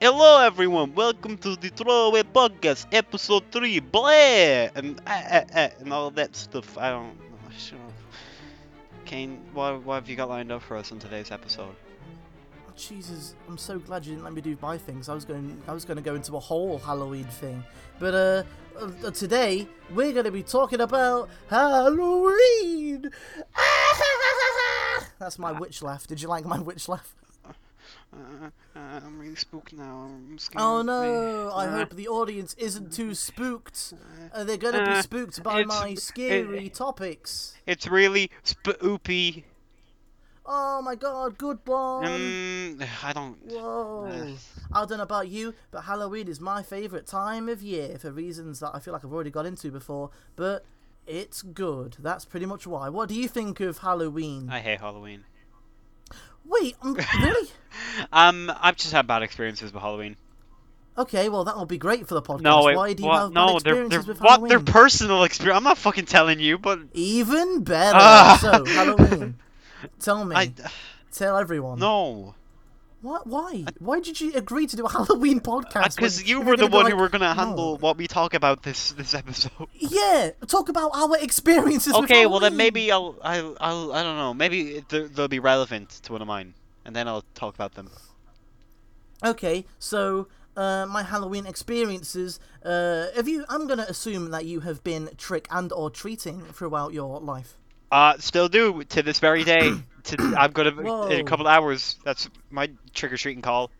Hello, everyone. Welcome to the Throwaway Podcast, Episode Three. Blah, and ah, ah, ah, and all that stuff. I don't. know. Sure. Kane, what, what have you got lined up for us in today's episode? Oh, Jesus, I'm so glad you didn't let me do my things. I was going, I was going to go into a whole Halloween thing, but uh, uh, uh, today we're going to be talking about Halloween. That's my witch laugh. Did you like my witch laugh? Uh, uh, I'm really spooked now. I'm scared. Oh no! I Uh, hope the audience isn't too spooked. Uh, they're going to be Uh, spooked by it's- my it- scary topics. It's really spoopy. Oh my god! Good one. Um, I don't. Whoa. I don't know about you, but Halloween is my favourite time of year for reasons that I feel like I've already got into before, but it's good. That's pretty much why. What do you think of Halloween? I hate Halloween. Wait, um, really? Um, I've just had bad experiences with Halloween. Okay, well, that'll be great for the podcast. No, it, why do you what- have bad no, they're, experiences they're, with what? They're Halloween? personal experience. I'm not fucking telling you, but Even better. Ah. So, Halloween. Tell me. I Tell everyone. no. What? Why? Why did you agree to do a Halloween podcast? Because when Uh, you we were the gonna be one like, who were gonna "No." handle what we talk about this this episode. Yeah, talk about our experiences. with Okay, well then Halloween. maybe I'll I'll, I'll I don't know. Maybe it- they'll they'll be relevant to one of mine, and then I'll talk about them. Okay, so uh, my Halloween experiences. Uh, have you? I'm gonna assume that you have been trick and or treating throughout your life. Uh, still do to this very day. to I'm gonna in a Whoa. couple hours. That's my trick or treating call.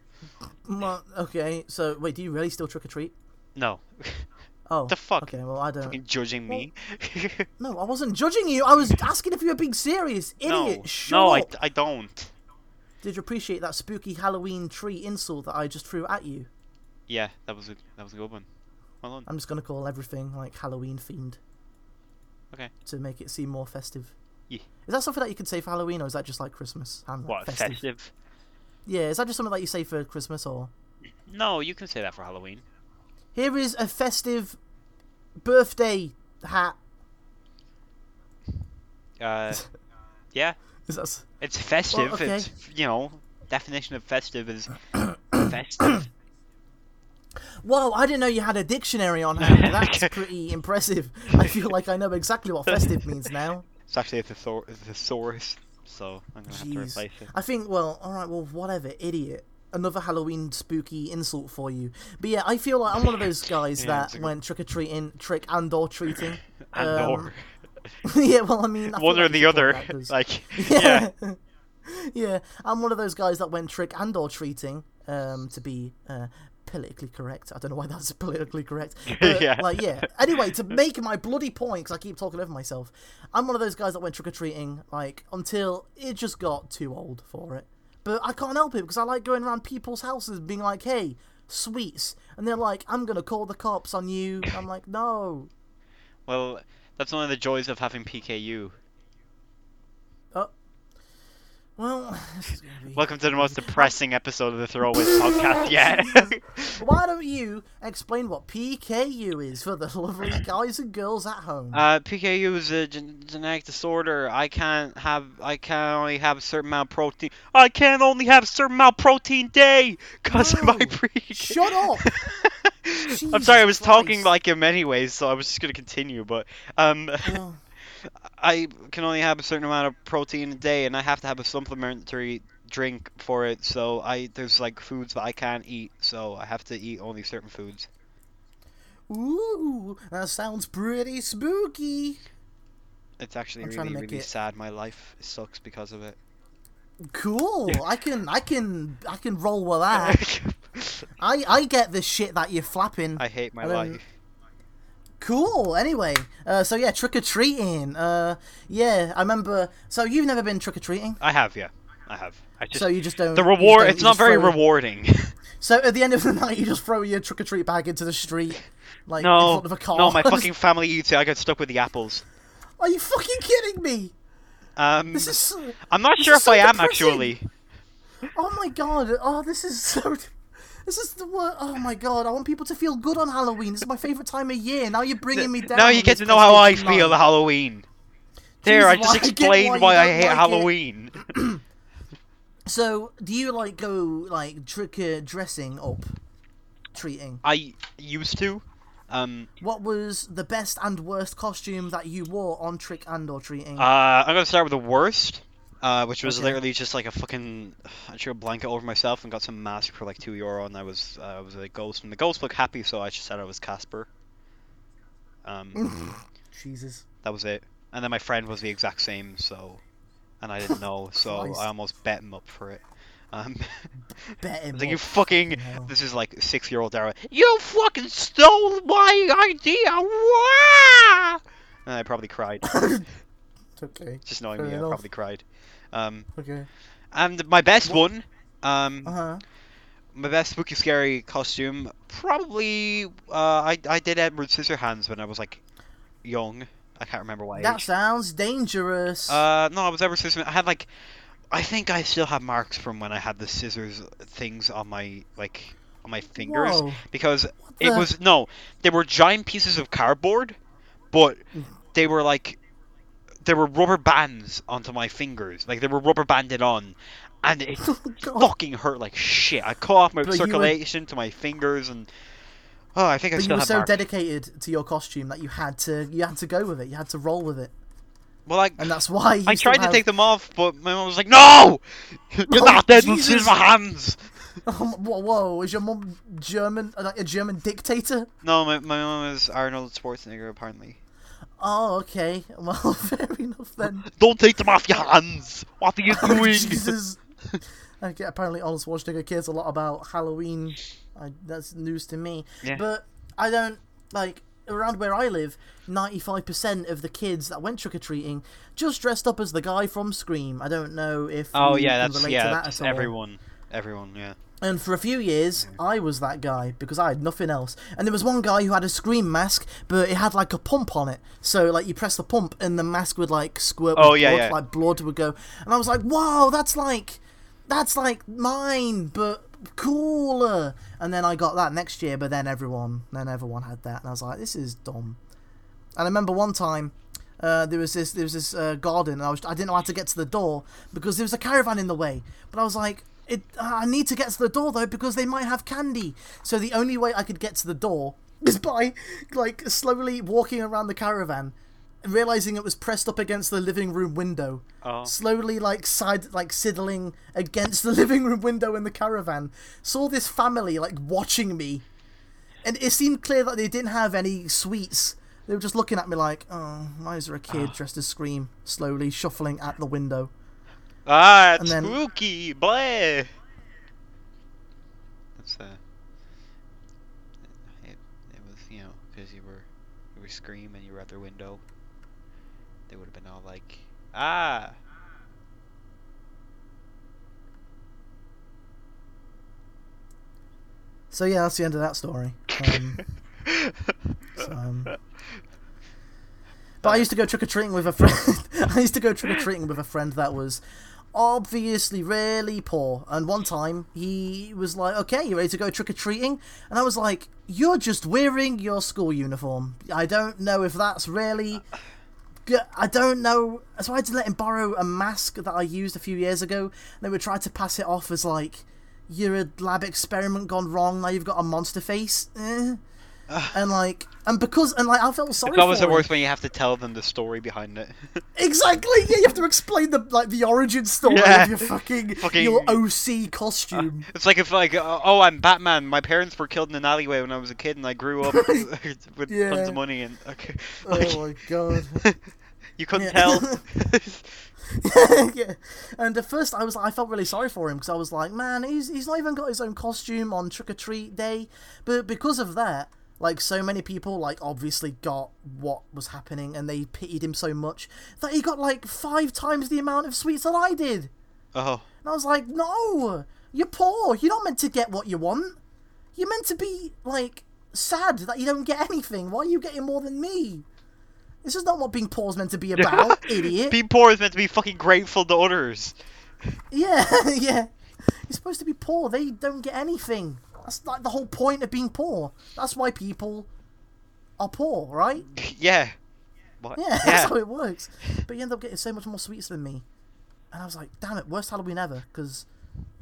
Well, okay, so wait, do you really still trick or treat? No, Oh, The fuck? Okay, well I don't. fucking judging me. No, I wasn't judging you. I was asking if you were being serious, idiot. no, Shut no, I up. I don't. Did you appreciate that spooky Halloween tree insult that I just threw at you? Yeah, that was a that was a good one. Well done. I'm just gonna call everything like Halloween themed. Okay. To make it seem more festive. Yeah. Is that something that you can say for Halloween, or is that just like Christmas? and What festive? Yeah, is that just something that you say for Christmas or? No, you can say that for Halloween. Here is a festive birthday hat. Uh, yeah. Is that s- It's festive. okay. It's you know, definition of festive is festive. Whoa, I didn't know you had a dictionary on hand. That's pretty impressive. I feel like I know exactly what festive means now. It's actually a thesau- a thesaurus, so I'm gonna have to Jeez. Um, replace it. I think, well, alright, well, whatever, idiot. Another Halloween spooky insult for you. But yeah, I feel like I'm one of those Yeah, it's guys a that good- went trick or treating, trick and or treating. And um, or yeah, well, I mean, I feel one or like you the should call it other. that 'cause- Like yeah. yeah. yeah, I'm one of those guys that went trick and or treating um, to be uh, politically correct. I don't know why that's politically correct. But, Yeah. Like, yeah. Anyway, to make my bloody point, because I keep talking over myself, I'm one of those guys that went trick or treating like until it just got too old for it. But I can't help it because I like going around people's houses being like, "Hey, sweets," and they're like, "I'm gonna call the cops on you." I'm like, "No." Well, that's one of the joys of having PKU. Uh, Well, this is gonna be. Welcome to the most depressing episode of the Throwaway Podcast yet. Why don't you explain what PKU is for the lovely guys and girls at home? Uh, PKU is a gen- genetic disorder. I can't have. I can only have a certain amount of protein. I can only have a certain amount of protein day because of my No. pre. Shut up! I'm sorry. I was Jesus talking Christ. like him anyways, so I was just gonna continue. But um, Yeah. I can only have a certain amount of protein a day, and I have to have a supplementary drink for it. So I there's like foods that I can't eat, so I have to eat only certain foods. Ooh, that sounds pretty spooky. It's actually I'm trying to really make really it- sad. My life sucks because of it. Cool. I can, I can, I can roll with that. I, I get the shit that you're flapping. I hate my And then- life. Cool. Anyway, uh, so yeah, trick or treating. Uh, yeah, I remember. So you've never been trick or treating. I have, yeah, I have. I just So you just don't. the you just reward. don't- It's you not just very throw- rewarding. So at the end of the night, you just throw your trick or treat bag into the street, like in no, front of a car. no, my fucking family eats it. I got stuck with the apples. Are you fucking kidding me? Um, This is. So... I'm not this sure is if so I am depressing. actually. Oh my god. Oh, this is so. This is the word. Oh my god. I want people to feel good on Halloween. This is my favorite time of year. Now you're bringing me down. Now you on get this to know how I positive feel line. at Halloween. There, Jeez, I just why- I get explained why why, you I don't hate like it. Halloween. So, do you like go like trick or dressing up, treating? I used to. Um, What was the best and worst costume that you wore on trick and or treating? uh, I'm gonna start with the worst, uh, which was Okay. literally just like a fucking. I threw a blanket over myself and got some mask for like two euro, and I was uh, I was a ghost, and the ghost looked happy, so I just said I was Casper. Um, Jesus. that was it. And then my friend was the exact same, so, and I didn't know, so Christ. I almost bet him up for it. Um, Bet him. It's like, you up. fucking. hell. This is like six year old Dara. You fucking stole my idea! Wah! And I probably cried. okay. Just knowing Fair me, I enough. probably cried. Um, Okay. and my best one, um, Uh huh. my best spooky scary costume, probably. Uh, I I did Edward Scissorhands when I was like young. I can't remember what That age. sounds dangerous. Uh, no, I was ever scissors. I had like, I think I still have marks from when I had the scissors things on my like on my fingers Whoa. because it the- was no, they were giant pieces of cardboard, but Mm. they were like, they were rubber bands onto my fingers, like they were rubber banded on, and it Oh, God. fucking hurt like shit. I cut off my But you were- circulation to my fingers and. Oh, I think I But still you were have so marks. dedicated to your costume that you had to you had to go with it. You had to roll with it, well, I, and that's why. You I still tried to have- take them off, but my mom was like, "No, you're Oh, not dead with Jesus. silver hands." Oh, whoa, whoa! Is your mum German? uh, Like a German dictator? No, my my mom is Arnold Schwarzenegger apparently. Oh, okay. Well, fair enough then. Don't take them off your hands. What are you doing? Oh, Jesus. Okay, apparently Arnold Schwarzenegger cares a lot about Halloween. I, that's news to me. Yeah. But I don't like around where I live. Ninety-five percent of the kids that went trick or treating just dressed up as the guy from Scream. I don't know if Oh you yeah, can that's relate yeah, to that that's at all. everyone, everyone, yeah. And for a few years, I was that guy because I had nothing else. And there was one guy who had a scream mask, but it had like a pump on it. So like you press the pump, and the mask would like squirt. Oh, with yeah, blood, yeah. Like blood would go, and I was like, "Wow, that's like, that's like mine, but cooler." And then I got that next year, but then everyone, then everyone had that, and I was like, "This is dumb." And I remember one time uh, there was this there was this uh, garden, and I was I didn't know how to get to the door because there was a caravan in the way. But I was like, it, I need to get to the door though because they might have candy. So the only way I could get to the door is by like slowly walking around the caravan, realizing it was pressed up against the living room window Oh. slowly like side like sidling against the living room window in the caravan saw this family like watching me and it seemed clear that they didn't have any sweets they were just looking at me like oh why is there a kid dressed as scream slowly shuffling at the window Ah, it's then- spooky, bleh. That's uh, it, it was you know because you were you were screaming, you were at their window. They would have been all like, ah. so yeah that's the end of that story um, so, um, but I used to go trick or treating with a friend. I used to go trick or treating with a friend that was obviously really poor. And one time he was like, "Okay, you ready to go trick or treating?" And I was like, "You're just wearing your school uniform. I don't know if that's really." g- I don't know. So I had to let him borrow a mask that I used a few years ago. And they would try to pass it off as like, "You're a lab experiment gone wrong. Now you've got a monster face." Eh. And like, and because, and like, I felt sorry. It's always for the him. worst when you have to tell them the story behind it. Exactly. Yeah, you have to explain the like the origin story Yeah. of your fucking, Fucking- your OC costume. it's like if like uh, oh I'm Batman. My parents were killed in an alleyway when I was a kid, and I grew up with tons Yeah. of money and okay. Uh, like, oh my god. you couldn't Yeah. tell. yeah. And at first, I was like, I felt really sorry for him because I was like, man, he's he's not even got his own costume on trick or treat day. But because of that, like so many people, like obviously got what was happening and they pitied him so much that he got like five times the amount of sweets that I did. oh. And I was like, no, you're poor. You're not meant to get what you want. You're meant to be, like, sad that you don't get anything. Why are you getting more than me? This is not what being poor is meant to be about, idiot. Being poor is meant to be fucking grateful to others. yeah, yeah. You're supposed to be poor. They don't get anything. That's like the whole point of being poor. That's why people are poor, right? yeah. What? Yeah, that's how it works. But you end up getting so much more sweets than me. And I was like, damn it, worst Halloween ever, because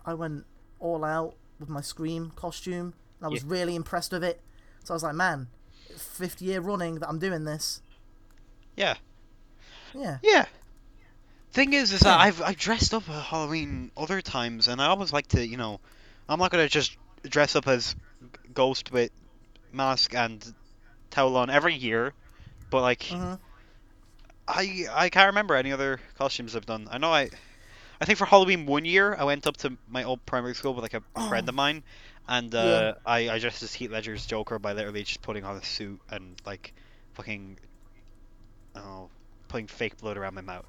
I went all out with my Scream costume. And I was Yeah. really impressed with it. So I was like, man, fifth year running that I'm doing this. Yeah. Yeah. Yeah. Thing is, is that Yeah. I've I've dressed up at Halloween other times, and I always like to, you know, I'm not gonna just dress up as ghost with mask and towel on every year, but like hmm I I can't remember any other costumes I've done. I know I I think for Halloween one year I went up to my old primary school with like a friend of mine, and uh, I I dressed as Heath Ledger's Joker by literally just putting on a suit and like fucking I don't know putting fake blood around my mouth.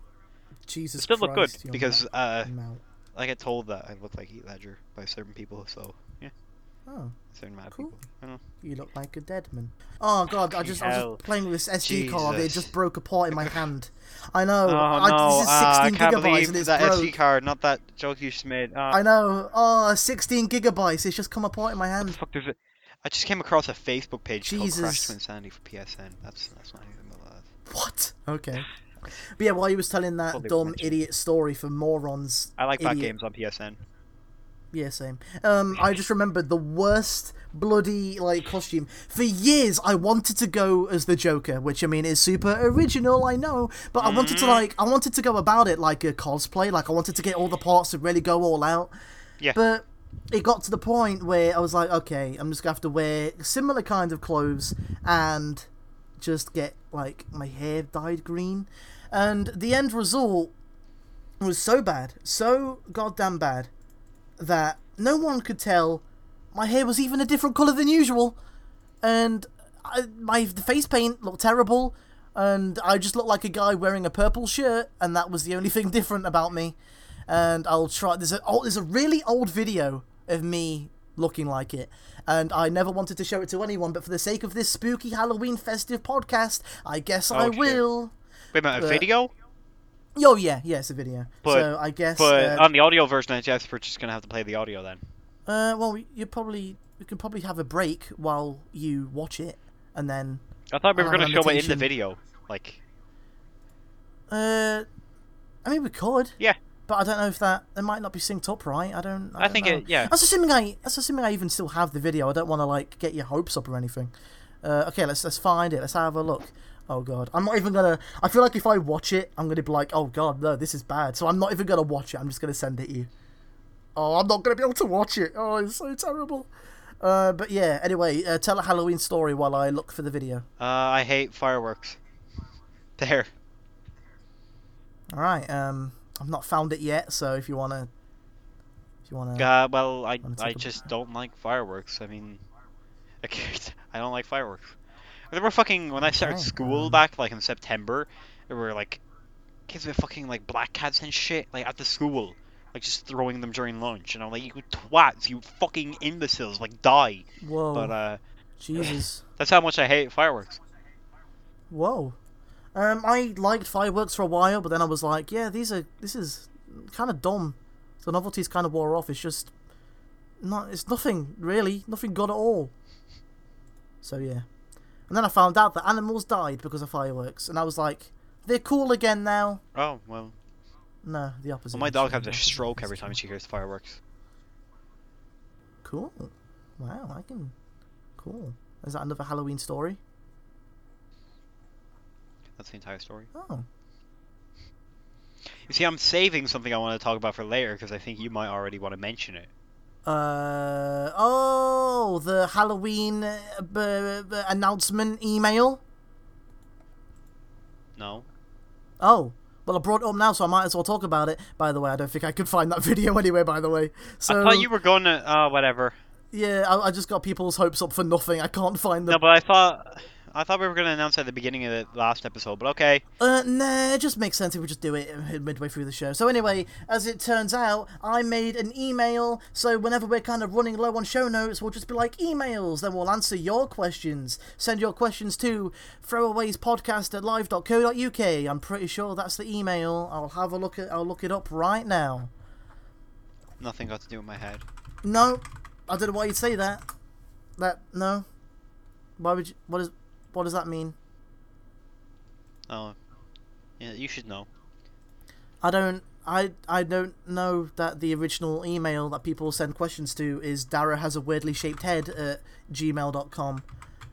It Jesus still Christ. looked good you're because uh, mad. Mouth. I get told that I look like Heath Ledger by certain people, so yeah, uh, Oh, certain amount of Cool. people. I don't know. you look like a dead man. Oh god, I just I was Hell. just playing with this SD card. It Jesus. just broke apart in my hand. I know. Oh, I, no! This is 16 ah, I can't gigabytes believe and it's that broke. SD card, not that joke you just made. Ah. I know. Oh, 16 gigabytes. It's just come apart in my hand. Fuck, there's a... I just came across a Facebook page called Crash Jesus. to Insanity for PSN. That's that's not even about that. What? Okay. But yeah, while he was telling that Probably dumb mention. idiot story for morons, I like bad idiot- games on PSN. Yeah, same. Um, I just remembered the worst bloody like costume for years. I wanted to go as the Joker, which I mean is super original, I know, but I wanted to Mm. like I wanted to go about it like a cosplay. Like I wanted to get all the parts and really go all out. Yeah. But it got to the point where I was like, okay, I'm just gonna have to wear similar kind of clothes and just get like my hair dyed green. And the end result was so bad, so goddamn bad, that no one could tell my hair was even a different colour than usual. And I, my face paint looked terrible, and I just looked like a guy wearing a purple shirt, and that was the only thing different about me. And I'll try. There's a oh, there's a really old video of me looking like it, and I never wanted to show it to anyone, but for the sake of this spooky Halloween festive podcast, I guess I Oh, shit. will. Wait a minute, a but- video? Oh yeah, yeah, it's a video. But- so I guess. But uh, on the audio version, I guess we're just gonna have to play the audio then. Uh, well, you probably you can probably have a break while you watch it, and then I thought we I'll were have gonna an show it in the annotation. video. Like, uh, I mean we could, yeah, but I don't know if that it might not be synced up right. I don't. I, I don't think know. it- yeah. That's assuming I that's assuming I even still have the video. I don't want to like get your hopes up or anything. Uh, okay, let's let's find it. Let's have a look. Oh god, I'm not even gonna. I feel like if I watch it, I'm gonna be like, oh god, no, this is bad. So I'm not even gonna watch it. I'm just gonna send it to you. Oh, I'm not gonna be able to watch it. Oh, it's so terrible. Uh, but yeah. Anyway, uh, tell a Halloween story while I look for the video. uh, I hate fireworks. There. All right. Um, I've not found it yet. So if you wanna, if you wanna, Uh, well, I Wanna take I a- just don't like fireworks. I mean, I can't- I don't like fireworks. I remember fucking when I started Okay, school um, back like in September, there were like kids with fucking like black cats and shit like at the school, like just throwing them during lunch, and I'm like, you twats, you fucking imbeciles, like die. whoa, But uh, Jesus. that's how much I hate fireworks. Whoa. Um, I liked fireworks for a while, but then I was like, yeah, these are this is kind of dumb. The novelty's kind of wore off. It's just not. It's nothing really. Nothing good at all. So yeah. And then I found out that animals died because of fireworks, and I was like, they're cool again now. Oh well, No, the opposite. well my dog has actually. a stroke every time she hears fireworks. Cool. Wow, I can. Cool. Is that another Halloween story? That's the entire story. Oh. You see, I'm saving something I want to talk about for later because I think you might already want to mention it. Uh oh, the Halloween uh, b- b- announcement email. No. Oh, well, I brought it up now, so I might as well talk about it. By the way, I don't think I could find that video anyway. By the way, so I thought you were going to. Uh, whatever. yeah, I, I just got people's hopes up for nothing. I can't find them. No, but I thought I thought we were gonna announce at the beginning of the last episode. But okay, Uh, nah, it just makes sense if we just do it uh, midway through the show. So anyway, as it turns out, I made an email, so whenever we're kind of running low on show notes, we'll just be like, emails, then we'll answer your questions. Send your questions to throwawayspodcast at live.co.uk. I'm pretty sure that's the email. I'll have a look at, I'll look it up right now. nothing got to do with my head. No, I don't know why you'd say that. That, no. Why would you, what is, what does that mean? Oh, yeah, you should know. I don't, I I don't know that the original email that people send questions to is Dara has a weirdly shaped head at gmail.com.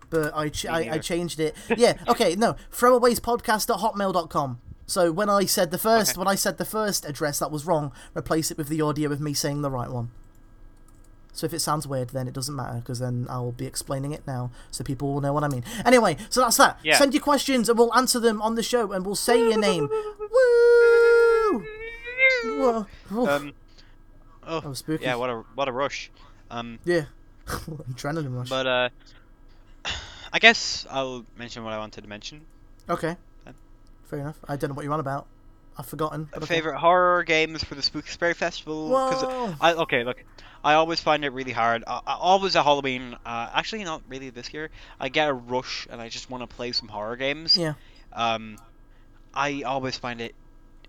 But I, ch- I, I neither. changed it. Yeah, okay, no. Throwawayspodcast at hotmail.com. So when I said the first when I said the first address that was wrong, replace it with the audio of me saying the right one. So if it sounds weird, then it doesn't matter because then I'll be explaining it now, so people will know what I mean. Anyway, so that's that. Yeah. Send your questions and we'll answer them on the show, and we'll say your name. Woo! Whoa. Oof. Um, oh, was spooky. yeah, what a what a rush. Um, yeah. Adrenaline rush. but uh, I guess I'll mention what I wanted to mention. okay. Fair enough. I don't know what you're on about. I've forgotten. but okay. Favorite horror games for the Spooky Spray Festival? 'Cause Whoa. I okay, look, I always find it really hard. I, I, always at Halloween. Uh, actually, not really this year. I get a rush and I just want to play some horror games. Yeah. Um, I always find it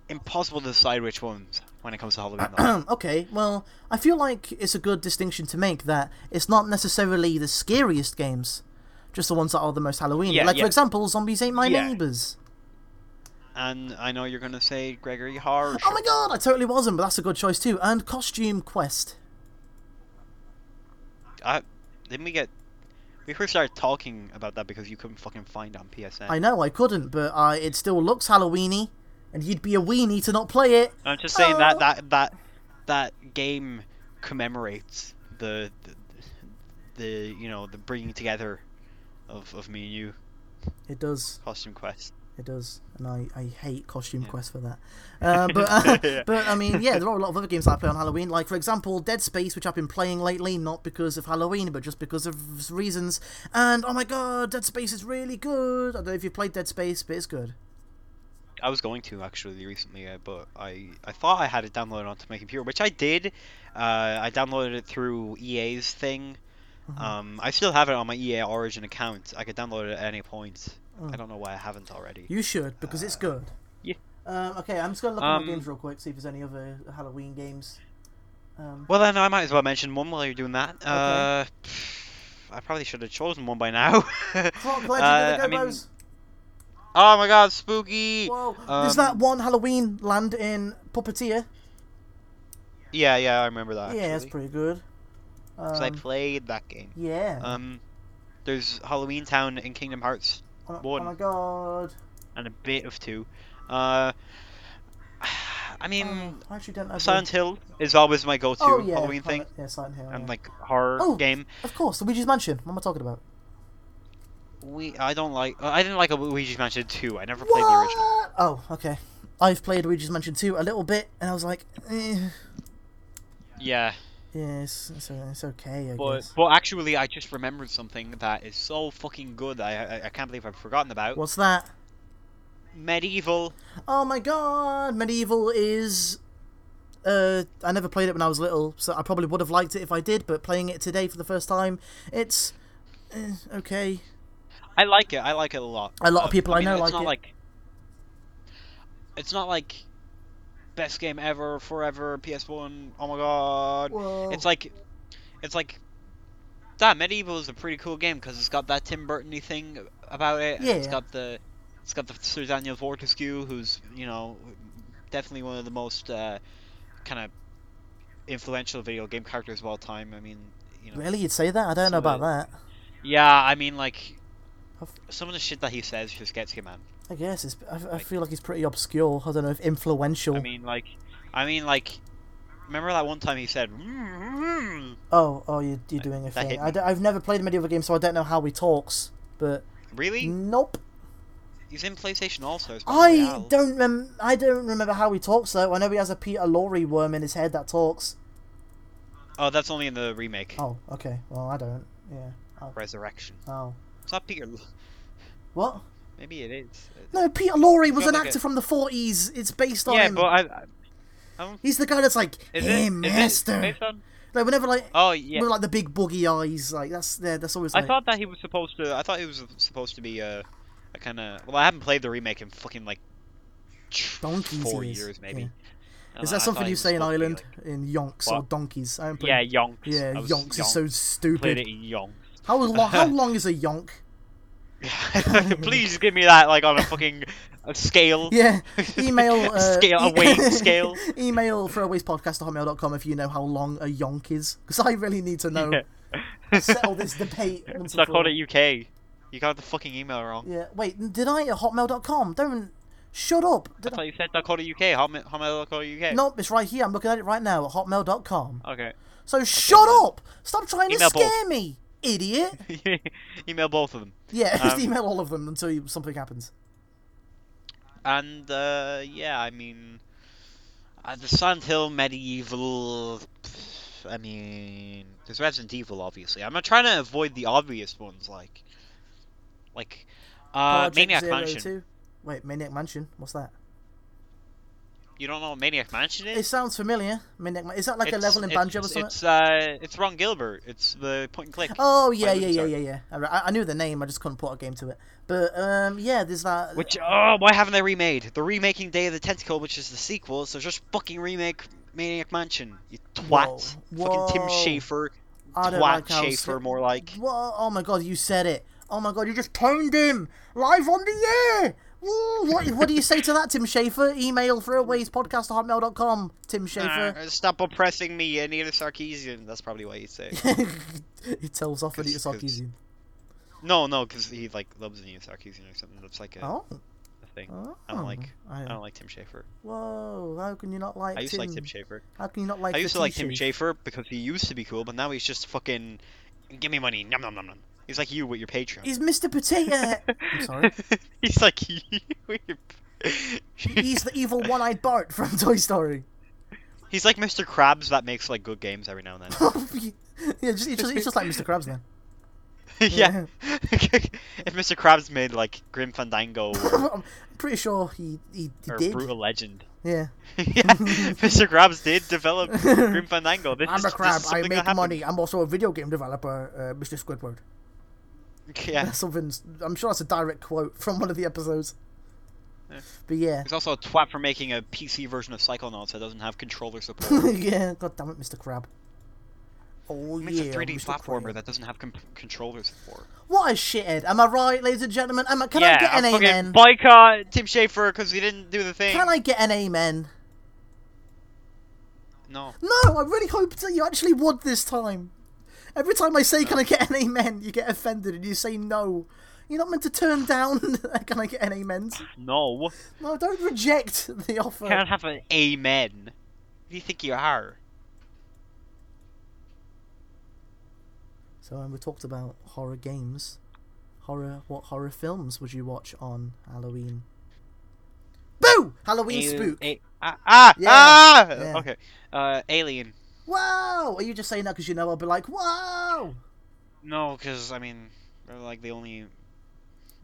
impossible to decide which ones when it comes to Halloween. though. okay. Well, I feel like it's a good distinction to make that it's not necessarily the scariest games, just the ones that are the most Halloween. Yeah, like yeah. for example, zombies ain't my Yeah. neighbors. and I know you're gonna say Gregory Horror. Oh my god, I totally wasn't, but that's a good choice too. And costume quest. I, didn't we get? We first started talking about that because you couldn't fucking find it on PSN. I know I couldn't, but I it still looks Halloweeny, and you'd be a weenie to not play it. I'm just saying Oh. that that that that game commemorates the the, the you know the bringing together of, of me and you It does. costume quest. It does, and I, I hate Costume Quest for that. Uh, but uh, but I mean, yeah, there are a lot of other games that I play on Halloween. Like for example, Dead Space, which I've been playing lately, not because of Halloween, but just because of reasons. And oh my god, Dead Space is really good. I don't know if you played Dead Space, but it's good. I was going to actually recently, uh, but I I thought I had it downloaded onto my computer, which I did. Uh, I downloaded it through EA's thing. Uh-huh. Um, I still have it on my EA Origin account. I could download it at any point. I don't know why I haven't already. Oh. You should because it's good. Uh, yeah. Um, okay, I'm just gonna look at my Um, games real quick, see if there's any other Halloween games. Um, Well, then I might as well mention one while you're doing that. Uh, I probably should have chosen one by now. Rock Legend Uh, of the I mean- Go-Go's. oh my god, spooky! Whoa! there's Um, that one Halloween land in Puppeteer. Yeah, yeah, I remember that. Yeah, that's actually, pretty good. 'cause I Um, played that game. yeah. Um, there's Halloween Town in Kingdom Hearts Oh my- one. Oh my god. and a bit of two. Uh, I mean, Um, I actually don't know. Silent Hill is always my go-to oh, yeah, Halloween thing, Silent- Yeah, Silent Hill. and yeah. like horror Oh. game. Of course, Luigi's Mansion. What am I talking about? We I don't like. uh, I didn't like Luigi's Mansion 2. I never played the What? original. Oh, okay. I've played Luigi's Mansion 2 a little bit, and I was like, eh. Yeah. Yeah, it's, it's, it's okay, I But guess. but actually, I just remembered something that is so fucking good. I I, I can't believe I've forgotten about What's that? medieval. Oh my god! Medieval is. Uh, I never played it when I was little, so I probably would have liked it if I did, but playing it today for the first time, it's. eh, okay. I like it. I like it a lot. A lot of Uh, people I know it's like not it. Like, it's not like best game ever, forever, PS1. Oh my god! Whoa. It's like, it's like. That medieval is a pretty cool game because it's got that Tim Burton-y thing about it. and It's Yeah. got the, it's got the Sir Daniel Fortescue, who's you know, definitely one of the most uh, kind of influential video game characters of all time. I mean, you know, Really? You'd say that? I don't know Some about of that. yeah. I mean, like, I've- some of the shit that he says just gets you, man. I guess it's. I, I feel like he's pretty obscure. I don't know if influential. I mean, like, I mean, like, remember that one time he said, "Mm, mm." oh, oh, you're, you're doing a that thing. hit I have never played a medieval game, so I don't know how he talks. But "Really?" nope, He's in PlayStation also. it's Mm. I Battle Royale. don't remember. I don't remember how he talks though. I know he has a Peter Lorre worm in his head that talks. Oh, that's only in the remake. Oh, okay. Well, I don't. Yeah. Oh. Resurrection. oh. It's not Peter. L- What? Maybe it is. No, Peter Lorre was got an like actor a- from the '40s. It's based on Yeah, him. but I. I um, He's the guy that's like, is "Hey, it, master." Is it based on... Like whenever like, Oh yeah. with, like the big boogie eyes, like that's yeah, that's always. I Like, thought that he was supposed to. I thought he was supposed to be a, a kind of. Well, I haven't played the remake in fucking like. Donkeys Four years, years maybe. yeah. And Is I that thought something he you was say in supposed to be, Ireland? In yonks or What? donkeys? I haven't Like... Yeah, played- yonks. yeah, I was yonks is so Played it stupid. in yonks. How long? How long is a yonk? Please give me that like on a fucking a scale. Yeah, email uh, Scale- a weight scale. email for a podcast at hotmail.com if you know how long a yonk is, because I really need to know. Settle this debate. Once So I and for all. called it UK. You got the fucking email wrong. Yeah. Wait, did I at hotmail.com? Don't shut up. I Did I? thought you said Dakota UK. Hotmail Hotmail Dakota UK. No, it's right here. I'm looking at it right now at hotmail.com. Oh, Okay. So shut up! Stop trying to Email both. scare me, idiot. email both of them. Yeah, just Um, email all of them until you, something happens. And uh, yeah, I mean, uh, the Silent Hill medieval. I mean, there's Resident Evil, obviously. I'm not trying to avoid the obvious ones, like, like, uh, Project Maniac Zero Mansion. Two. Wait, Maniac Mansion. What's that? You don't know what Maniac Mansion is? It sounds familiar. Maniac. Ma- Is that like a level in it's- Banjo or something? It's uh, it's Ron Gilbert. It's the point and click. Oh yeah, by yeah, yeah, Lucasarts. yeah, yeah. I, I- I knew the name. I just couldn't put a game to it. But um, yeah, there's that. Which oh, why haven't they remade? They're remaking Day of the Tentacle, which is the sequel. So just fucking remake Maniac Mansion. You twat. Whoa, Fucking Tim whoa. Schafer. I don't Twat like how Schafer, sli- more like. Whoa, oh my god, you said it. Oh my god, you just toned him live on the air. Woo, what, what do you say to that, Tim Schafer? Email throwaways podcast at hotmail.com. Tim Schafer. Uh, stop oppressing me, Anita Sarkeesian. That's probably why you say. it. he tells off Anita Cause- cause- Sarkeesian. no, no, because he like loves Anita Sarkeesian or something. That's like a, Oh, a thing. oh, I don't like. I- I don't like Tim Schafer. Whoa, how can you not like? I used Tim? to like Tim Schafer. How can you not like? I the used to like Tim T-Chief? Schafer because he used to be cool, but now he's just fucking. Give me money. Nom nom nom nom. He's like you with your Patreon. He's uh, Mr. Potato. Head. I'm sorry. He's like you. with your- He's the evil one-eyed Bart from Toy Story. He's like Mr. Krabs that makes like good games every now and then. yeah, just, it's, just, it's just like Mr. Krabs then. yeah. if Mr. Krabs made like Grim Fandango or, I'm pretty sure he he, he or did. Brutal Legend. Yeah. yeah. Mr. Krabs did develop Grim Fandango. This I'm is, a crab. This is I something that make happened. money. I'm also a video game developer, uh, Mr. Squidward. Yeah. That's something. I'm sure that's a direct quote from one of the episodes. Yeah. But yeah, He's also a twat for making a PC version of Psychonauts that doesn't have controller support. yeah. God damn it, Mr. Crab. Oh It's yeah, a 3D Mr. platformer Crab. that doesn't have com- controller support. What a shithead. Am I right, ladies and gentlemen? Am I, can I get an I'll fucking amen? boycott Tim Schafer because he didn't do the thing. Can I get an amen? No. No, I really hope that you actually would this time. Every time I say, can I get an amen, you get offended and you say no. You're not meant to turn down, can I get an amen? No. No, don't reject the offer. Can't have an amen. Who do you think you are? So, um, we talked about horror games. Horror, what horror films would you watch on Halloween? Boo! Halloween Alien- spook. a- ah, ah, Yeah, ah! yeah. Okay. Uh, alien. Wow! Are you just saying that because you know I'll be like, wow! No, because I mean, they're like the only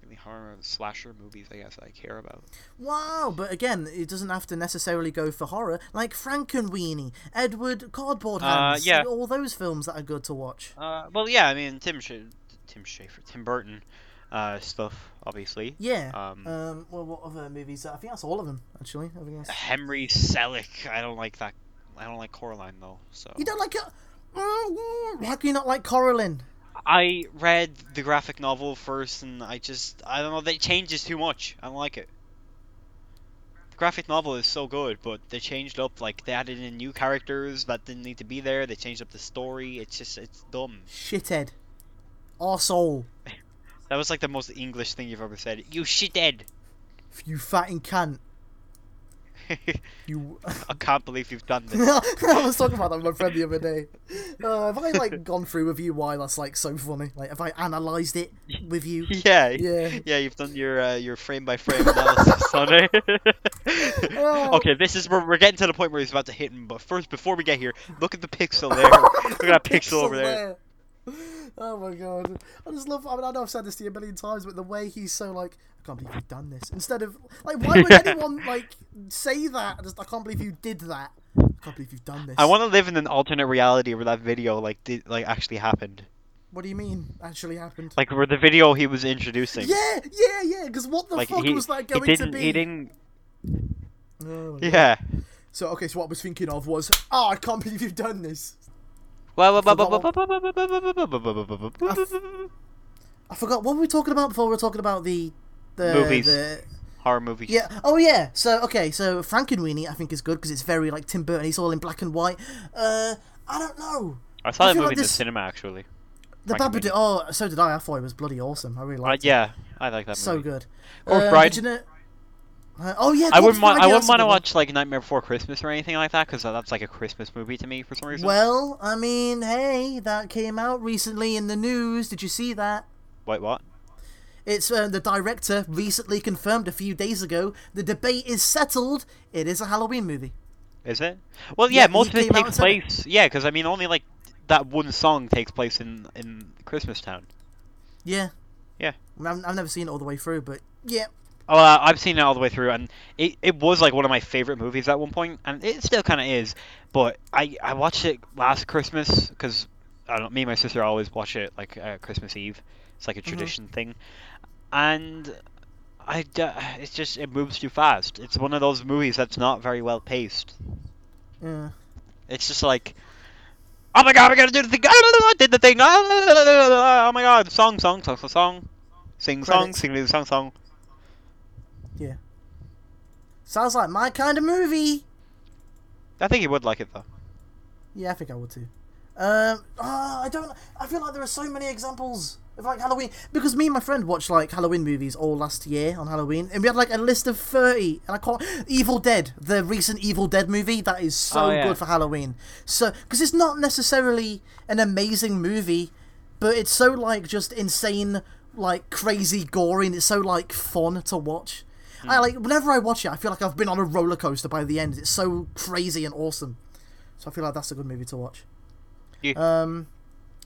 really horror slasher movies I guess I care about. Wow, but again, it doesn't have to necessarily go for horror. Like Frankenweenie, Edward Cardboard Uh, Hands, yeah. all those films that are good to watch. Uh, well, yeah, I mean Tim Sh- Tim Schafer, Tim Burton, uh, stuff obviously. Yeah. Um, Um, well, what other movies? I think that's all of them, actually. I think that's... Henry Selick. I don't like that. I don't like Coraline though. So You don't like it? Mm, How can you not like Coraline? I read the graphic novel first, and I just I don't know. They changes too much. I don't like it. The graphic novel is so good, but they changed up. Like they added in new characters that didn't need to be there. They changed up the story. It's just it's dumb. Shithead. Arsehole. That was like the most English thing you've ever said. You shithead. You fatting cunt. I You. can't believe you've done this. I was talking about that with my friend the other day. Uh, have I like gone through with you why that's like so funny? Like, have I analysed it with you? Yeah, Yeah. yeah. You've done your uh, your frame by frame analysis on it. Oh. okay, this is where we're getting to the point where he's about to hit him. But first, before we get here, look at the pixel there. look at that pixel, over there. there. Oh my god! I just love. I mean, I know I've said this to you a million times, but the way he's so like, I can't believe you've done this. Instead of like, why would Yeah. anyone like say that? Just, I can't believe you did that. I can't believe you've done this. I want to live in an alternate reality where that video like did like actually happened, What do you mean? Actually happened? like where the video he was introducing. yeah, yeah, yeah. Because what the Like fuck he, was that he going didn't to be? he didn't Oh my God. yeah. So okay, so what I was thinking of was, oh, I can't believe you've done this. Well, forgot well, I forgot what were we talking about before. We were talking about the the Movies. The, Horror movies. yeah. Oh yeah. So okay. So Frankenweenie, I think is good because it's very like Tim Burton. He's all in black and white. Uh, I don't know. I saw I that movie feel like in the this- cinema actually. The Frankenweenie. Babadook. Oh, so did I. I thought it was bloody awesome. I really Uh, liked it. yeah, I like that So movie. good. Corpse Uh, Bride. did you know- Uh, oh yeah. I Corpse wouldn't want. Bride, I wouldn't yeah, that's a want to good one. watch like Nightmare Before Christmas or anything like that because that's like a Christmas movie to me for some reason. Well, I mean, hey, that came out recently in the news. Did you see that? Wait, what? It's uh, the director recently confirmed a few days ago. The debate is settled. It is a Halloween movie. Is it? Well, yeah, Yeah, most he of it came out takes and said it. place. Yeah, because I mean, only like that one song takes place in in Christmas Town. Yeah. Yeah. I've, I've never seen it all the way through, but yeah. Oh, uh, I've seen it all the way through, and it, it was like one of my favorite movies at one point, and it still kind of is. But I, I watched it last Christmas because I don't. Me and my sister always watch it like uh, Christmas Eve. It's like a tradition thing, and I d- it's just it moves too fast. It's one of those movies that's not very well paced. Yeah. It's just like, oh my god, we gotta do the thing. I did the thing. ah, Oh my god, song, song, song, song, song, sing, song, Credits. sing, song, song. Yeah. Sounds like my kind of movie. I think he would like it though. Yeah, I think I would too. Um, ah, I don't. I feel like there are so many examples of like Halloween because me and my friend watched like Halloween movies all last year on Halloween, and we had like a list of thirty. And I caught Evil Dead, the recent Evil Dead movie, that is so Oh, yeah. good for Halloween. So because it's not necessarily an amazing movie, but it's so like just insane, like crazy, gory, and it's so like fun to watch. Hmm. I like whenever I watch it, I feel like I've been on a roller coaster by the end. It's so crazy and awesome. So I feel like that's a good movie to watch. Yeah. Um,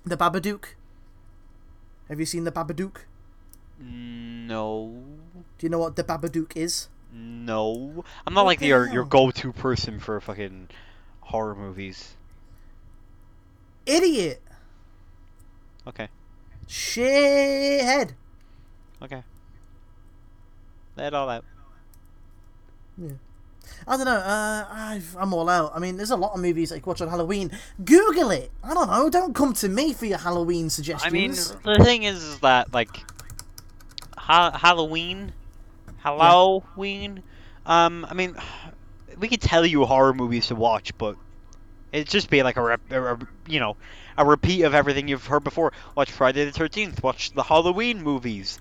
The Babadook. Have you seen The Babadook? Do No. you know what The Babadook is? No. I'm not What like the your your hell? go-to person for fucking horror movies. Idiot. Okay. Shithead. Okay. Let it all out. I don't know. Uh, I've, I'm all out. I mean, there's a lot of movies that you can watch on Halloween. Google it. I don't know. Don't come to me for your Halloween I mean, suggestions. the thing is, is that like ha- Halloween, Halloween. Um, I mean, we could tell you horror movies to watch, but it'd just be like a, rep- a, a you know a repeat of everything you've heard before. Watch Friday the Thirteenth. Watch the Halloween movies,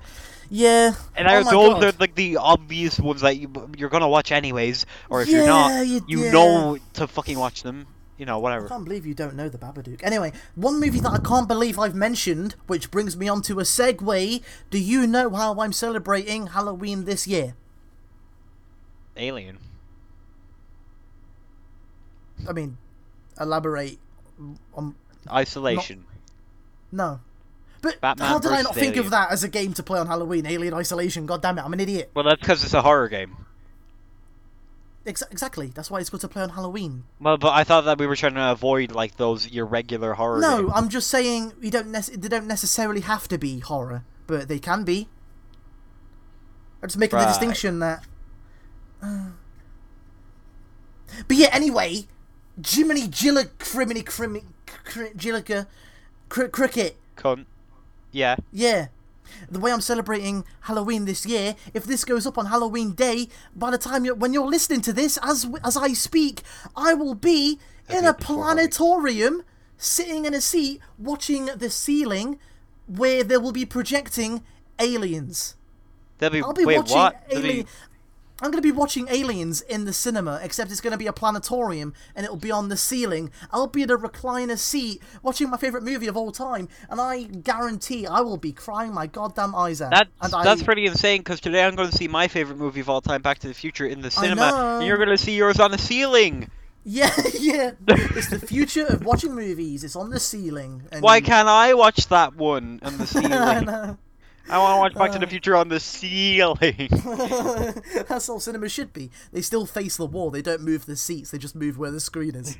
yeah. and oh I, my those God. are like the obvious ones that you, you're gonna watch anyways, or if you're Yeah, not, you- you yeah. know to fucking watch them. You know, I whatever. can't believe you don't know the Babadook. Anyway, one movie that I can't believe I've mentioned, which brings me on to a segue. Do you know how I'm celebrating Halloween this year? Alien. I mean, elaborate on Isolation. no. But Batman how did I versus not think Alien. of that as a game to play on Halloween? Alien Isolation. God damn it, I'm an idiot. Well, that's because it's a horror game. Ex- exactly. That's why it's good to play on Halloween. Well, but I thought that we were trying to avoid like those your regular horror. No, games. I'm just saying you don't. Nece- they don't necessarily have to be horror, but they can be. I'm just making Right. the distinction that. uh, but yeah, anyway, Jiminy Jillic, Criminy Criminy cr- Jillica, cr- cricket. cunt. Yeah. Yeah. The way I'm celebrating Halloween this year, if this goes up on Halloween Day, by the time you're, when you're listening to this, as as I speak, I will be in be a before Halloween. planetarium, sitting in a seat, watching the ceiling, where they will be projecting aliens. They'll be, I'll be wait, watching what? They'll alien. be- I'm going to be watching Aliens in the cinema, except it's going to be a planetarium and it'll be on the ceiling. I'll be in a recliner seat watching my favorite movie of all time, and I guarantee I will be crying my goddamn eyes out. That's and that's I, pretty insane. Because today I'm going to see my favorite movie of all time, Back to the Future, in the cinema, know. and you're going to see yours on the ceiling. yeah, yeah. it's the future of watching movies. It's on the ceiling. And Why can't I watch that one on the ceiling? I I know. Uh. want to watch Back to the Future on the ceiling. That's all cinema should be. They still face the wall. They don't move the seats. They just move where the screen is.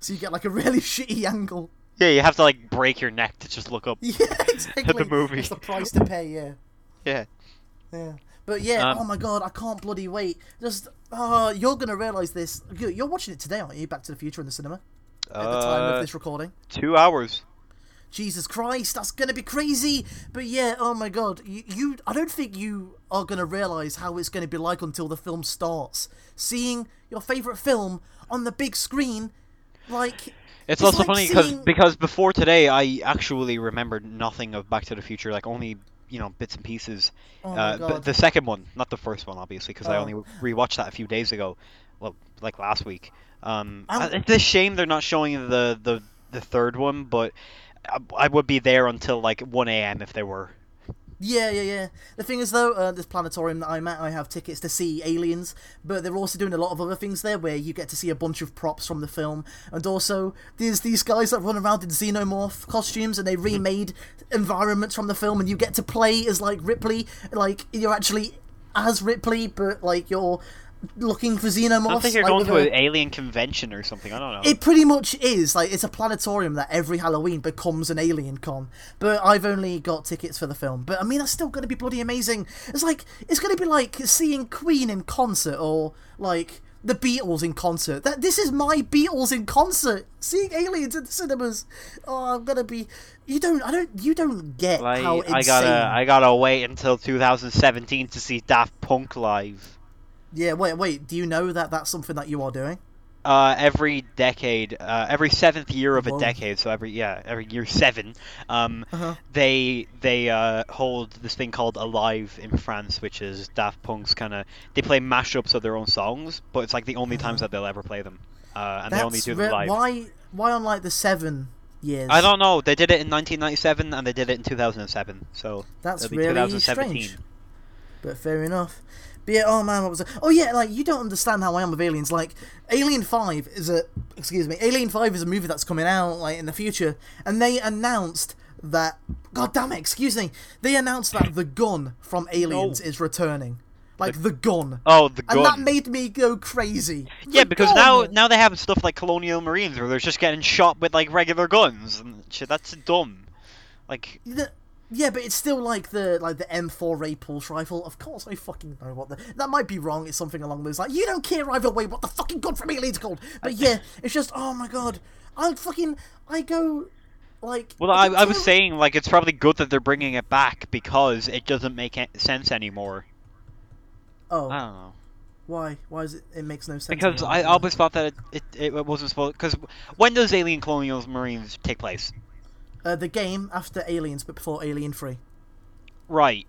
so you get like a really shitty angle. yeah, you have to like break your neck to just look up. Yeah, exactly. movie. That's the price to pay. Yeah. Yeah. Yeah. But yeah, Um, oh my god, I can't bloody wait. Just, oh, you're gonna realise this. You- You're watching it today, aren't you? Back to the Future in the cinema at the time Uh, of this recording. Two hours. Jesus Christ, that's gonna be crazy. But yeah, oh my god, you, you I don't think you are gonna realize how it's gonna be like until the film starts. Seeing your favorite film on the big screen, like It's, also like funny 'cause funny seeing- because before today I actually remembered nothing of Back to the Future, like only you know bits and pieces. Oh my uh, but God. the second one, not the first one, obviously, because I Oh. only rewatched that a few days ago, well, like last week. Um, I'm- I- it's a shame they're not showing the the, the third one, but I, I would be there until like 1 a.m. if they were. Yeah, yeah, yeah. The thing is, though, uh, this planetarium that I'm at, I have tickets to see aliens, but they're also doing a lot of other things there where you get to see a bunch of props from the film. And also, there's these guys that run around in xenomorph costumes Mm-hmm. and they remade environments from the film, and you get to play as, like, Ripley. Like, you're actually as Ripley, but, like, you're looking for xenomorphs. I don't think you're like, going with to a- an alien convention or something. I don't know. it pretty much is like it's a planetarium that every Halloween becomes an alien con. But I've only got tickets for the film. But I mean, that's still going to be bloody amazing. It's like it's going to be like seeing Queen in concert or like the Beatles in concert. That this is my Beatles in concert. Seeing aliens in the cinemas. Oh, I'm gonna be. You don't. I don't. You don't get Like, how insane. I gotta I gotta wait until 2017 to see Daft Punk live. Yeah. Wait. Wait. Do you know that that's something that you are doing? Uh, every decade, uh, every seventh year of Whoa. a decade, so every yeah, every year seven, um, Uh-huh. they they uh, hold this thing called Alive in France, which is Daft Punk's kind of they play mashups of their own songs, but it's like the only times that they'll ever play them, uh, and they only do them Uh-huh. re- live. why. Why on like the seven years? I don't know. They did it in 1997 and they did it in 2007, so That's it'll be really 2017. strange. But fair enough. But yeah, oh man, what was it? Oh yeah, like you don't understand how I am with aliens. Like Alien Five is a excuse me, Alien Five is a movie that's coming out like in the future, and they announced that God damn it, excuse me, they announced that the gun from Aliens is returning, like the, gun, Oh, the and that gun. made me go crazy. Yeah, The because now gun! now they have stuff like Colonial Marines where they're just getting shot with like regular guns and shit. That's dumb. Like The- yeah, but it's still like the like the M4 ray pulse rifle. Of course, I fucking know what the that might be wrong. It's something along those like you don't care either way. What the fucking gun from Alien's called? But yeah, it's just oh my god, I fucking I go like. Well, I, I was don't- saying like it's probably good that they're bringing it back because it doesn't make a- sense anymore. Oh, I don't know why? Why is it? It makes no sense. because anymore. I always thought that it it, it wasn't supposed. Because when does Alien Colonial Marines take place? uh, the game after Aliens, but before Alien Three. Right,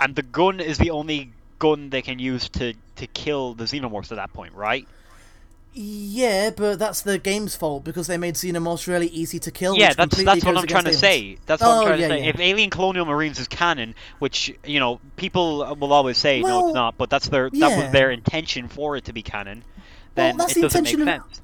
and the gun is the only gun they can use to to kill the xenomorphs at that point, right? Yeah, but that's the game's fault because they made xenomorphs really easy to kill. yeah, Oh, that's which completely that's what goes I'm trying to against aliens. say. That's what Oh, I'm trying yeah, to say. yeah. If Alien Colonial Marines is canon, which you know people will always say no, Well, it's not, but that's their that yeah. was their intention for it to be canon. Then that's it the doesn't intention make of- sense.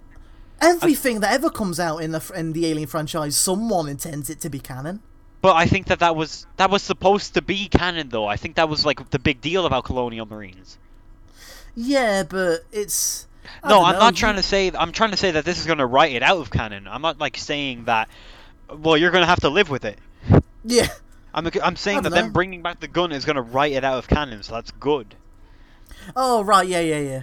Everything that ever comes out in the fr- in the Alien franchise, someone intends it to be canon. But I think that that was that was supposed to be canon, though. I think that was like the big deal about Colonial Marines. Yeah, but it's I No, don't I'm know, not you- trying to say. I'm trying to say that this is going to write it out of canon. I'm not like saying that. Well, you're going to have to live with it. Yeah, I'm I'm saying that don't know. them bringing back the gun is going to write it out of canon, so that's good. Oh right, yeah, yeah, yeah.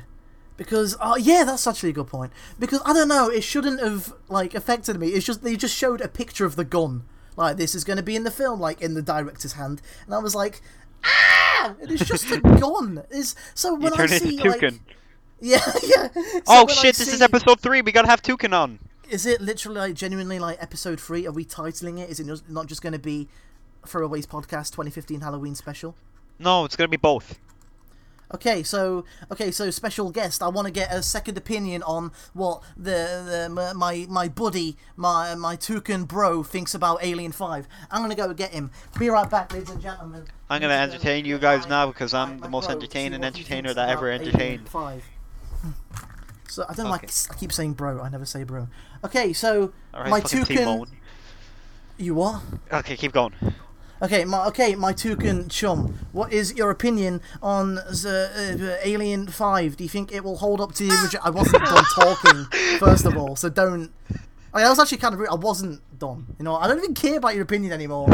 Because oh yeah, that's actually a good point. Because I don't know, it shouldn't have like affected me. It's just they just showed a picture of the gun. Like this is going to be in the film, like in the director's hand, and I was like, ah! And it's just a gun. Is so when you I turn it see into like Toucan. yeah, yeah. So oh when I shit! This is see- episode three. We got to have Toucan on. Is it literally like genuinely like episode three? Are we titling it? Is it just- not just going to be Throwaways Podcast 2015 Halloween special? No, it's going to be both. Okay, so okay, so special guest. I want to get a second opinion on what the, the m- my my buddy, my my toucan bro thinks about Alien Five. I'm gonna go get him. Be right back, ladies and gentlemen. I'm gonna Ladies and entertain you gentlemen, guys my- now because I'm my- the my most bro, entertaining see what he entertainer thinks that about ever Alien entertained. Five. So I don't like. Okay. I keep saying bro. I never say bro. Okay, so All right, my fucking toucan. Timon. You what? Okay, keep going. Okay, my okay, my toucan chum. What is your opinion on the uh, Alien Five? Do you think it will hold up to the original? I wasn't done talking, first of all, so don't. I, mean, I was actually kind of rude. I wasn't done. You know, I don't even care about your opinion anymore.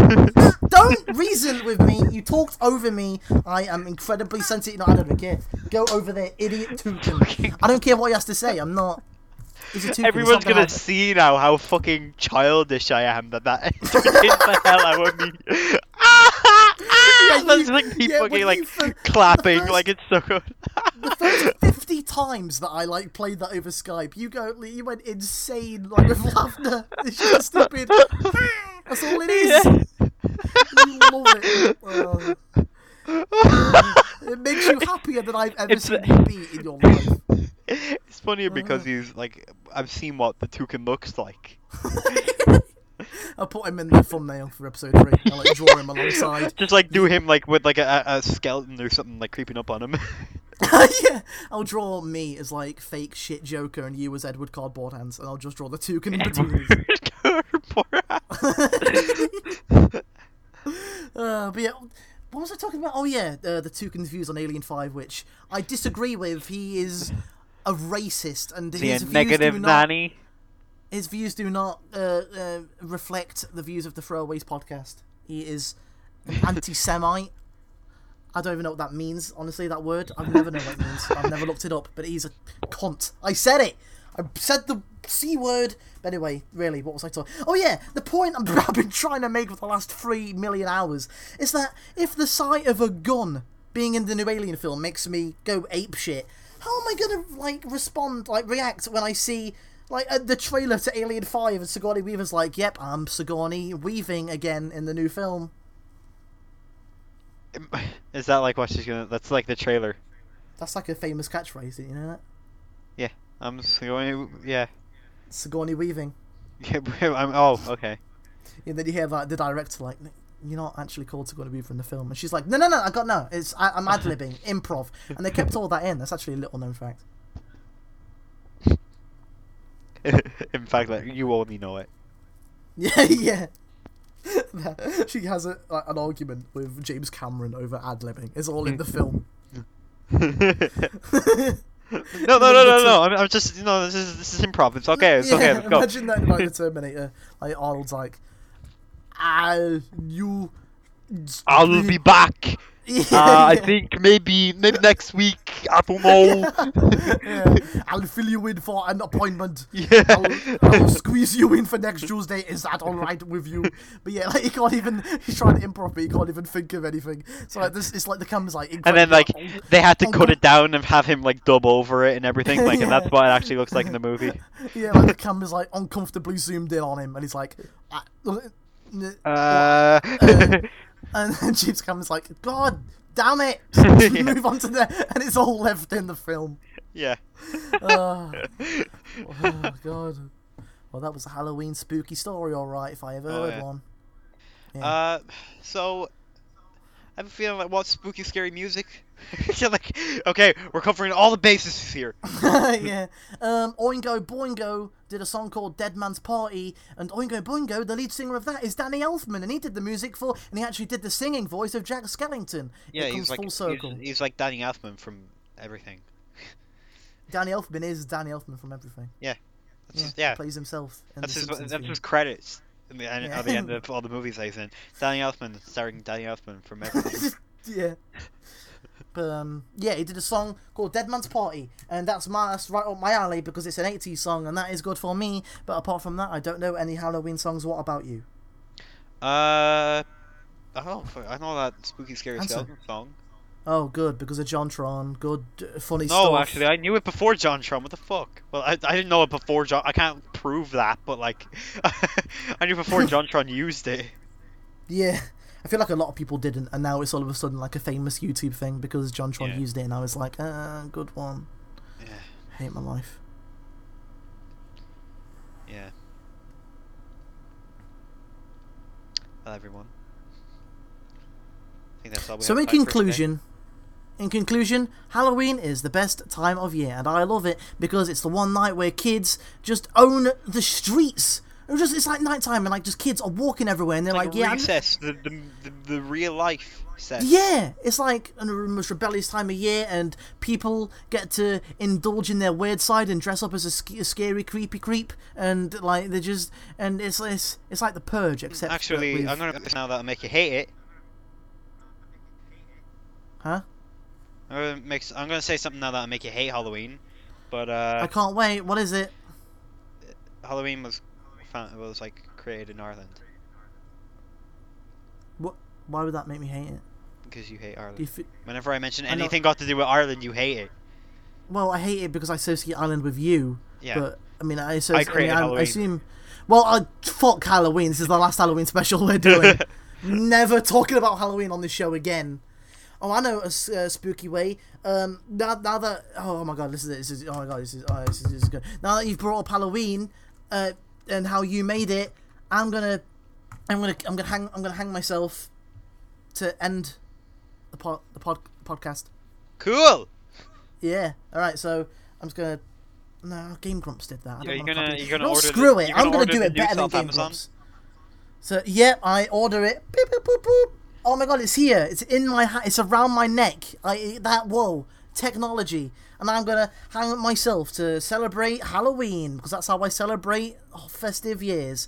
don't reason with me. You talked over me. I am incredibly sensitive. No, I don't even care. Go over there, idiot toucan. I don't care what he has to say. I'm not. He's a toucan, he's Everyone's not gonna, have it. see now how fucking childish I am that that is the hell I would be. Ah, That's you- like me yeah, when fucking you like fir- clapping, the first- like it's so good. the first 50 times that I like played that over Skype, you go, you went insane like with laughter. It's just stupid. That's all it is. Yeah. You love it. Oh. it makes you happier than I've ever It's seen the- you be in your life. it's funnier because he's like, I've seen what the toucan looks like. I'll put him in the thumbnail for episode three. I'll like draw him alongside. Just like do him like with like a, a a skeleton or something like creeping up on him. yeah, I'll draw me as like fake shit Joker and you as Edward Cardboard Hands, and I'll just draw the two in between. us. Uh, but yeah, what was I talking about? Oh yeah, uh, the two views on Alien Five, which I disagree with. He is a racist, and his views do not his views do not uh, uh, reflect the views of the Throwaways podcast. He is an anti-Semite. I don't even know what that means. Honestly, that word I've never known what it means. I've never looked it up. But he's a cunt. I said it. I said the c word. But anyway, really, what was I talking? Oh yeah, the point I'm, I've been trying to make for the last three million hours is that if the sight of a gun being in the new Alien film makes me go ape shit, how am I gonna like respond, like react when I see like uh, the trailer to Alien Five and Sigourney Weaver's like, "Yep, I'm Sigourney Weaving again in the new film." Is that like what she's gonna? That's like the trailer. That's like a famous catchphrase, didn't you know that? Yeah, I'm just going. Yeah, Sigourney Weaving. yeah. I'm. Oh, okay. And then you hear that the director like, "You're not actually called Sigourney Weaver in the film," and she's like, "No, no, no, I got no. It's I, I'm ad libbing, improv," and they kept all that in. That's actually a little known fact. In fact, like, you only know it. Yeah, yeah. she has a, like, an argument with James Cameron over ad libbing. It's all Hmm. in the film. No, no, no, no, no. I'm, I'm just no. This is this is improv. It's okay. It's okay. Let's go. Imagine that in like the Terminator. Like Arnold's like, "Ah, you." I'll be back. Yeah, Uh, I yeah. think maybe maybe next week. I don't know. Yeah. I'll fill you in for an appointment. I'll, I'll yeah. squeeze you in for next Tuesday. Is that all right with you? But yeah, like he can't even. He's trying to improv, but he can't even think of anything. So like this, it's like the camera's like. And then like they had to Oh, cut God. it down and have him like dub over it and everything. Like, and that's what it actually looks like in the movie. yeah, like the camera's like uncomfortably zoomed in on him, and he's like. "Ah, n- Uh, And then James Cameron's like, God damn it! Yeah. Move on to there, and it's all left in the film. yeah. Ah. oh God. Well, that was a Halloween spooky story, all right, if I ever Oh, heard yeah. one. Uh, so I have a feeling like what spooky, scary music. You're like, okay, we're covering all the bases here. yeah. Um, Oingo Boingo did a song called Dead Man's Party, and Oingo Boingo, the lead singer of that, is Danny Elfman, and he did the music for, and he actually did the singing voice of Jack Skellington. it comes full circle. He's, he's like Danny Elfman from everything. Danny Elfman is Danny Elfman from everything. That's Yeah, just- he yeah, plays himself. In that's the his Simpsons that's theme. his credits. At the, end, Yeah. at the end of all the movies that he's in, Danny Elfman starring Danny Elfman from everything. yeah. But um, yeah, he did a song called Dead Man's Party, and that's my that's right up my alley because it's an 80s song, and that is good for me. But apart from that, I don't know any Halloween songs. What about you? uh, I don't. fuck- I know that spooky, scary Answer. skeleton song. Oh, good because of Jontron. Good, uh, funny No, stuff. actually, I knew it before John Trump. What the fuck? Well, I, I didn't know it before John. I can't prove that, but like, I knew before John Tron used it. yeah. I feel like a lot of people didn't, and now it's all of a sudden like a famous YouTube thing because Jontron Yeah. used it, and I was like, uh, good one. Yeah, Hate my life. yeah. Well, everyone. I think that's all we So have in time for today. conclusion, in conclusion, Halloween is the best time of year, and I love it because it's the one night where kids just own the streets. It's just it's like nighttime, and like just kids are walking everywhere, and they're like, like, yeah, I'm- recess, the, the, the the real life set. yeah, it's like the most rebellious time of year, and people get to indulge in their weird side and dress up as a, sc- a scary, creepy creep, and like they just and it's it's, it's like the purge, except Actually, that with- I'm gonna put this now that'll make you hate it. huh? I'm gonna, make, s- I'm gonna say something now that'll make you hate Halloween, but uh. I can't wait. What is it? Halloween was found, was like created in Ireland What? Why would that make me hate it? because you hate Do you Ireland. fe- Whenever I mention I know- anything got to do with Ireland, you hate it. well, I hate it because I associate Ireland with you. Yeah. But I mean, I associate. I, mean, created I, I Halloween. assume. Well, I, fuck Halloween. This is the last Halloween special we're doing. Never talking about Halloween on this show again. Oh, I know a s- uh, spooky way. Um, now, now that oh my god, this is it. This is oh my god, this is oh, this is, this is good. Now that you've brought up Halloween, uh, and how you made it, I'm gonna, I'm gonna, I'm gonna hang, I'm gonna hang myself, to end, the pod, the pod, podcast. cool. Yeah. All right. So I'm just gonna. No, Game Grumps did Yeah, that. I don't you're wanna gonna- copy- you're gonna no, order the- screw it. you're I'm gonna order gonna do the it new better than stuff Game Amazon? Grumps. So yeah, I order it. Beep, boop, boop, boop. Oh my god, it's here. It's in my hat. It's around my neck. I that whoa technology, and I'm gonna hang it myself to celebrate Halloween because that's how I celebrate oh, festive years.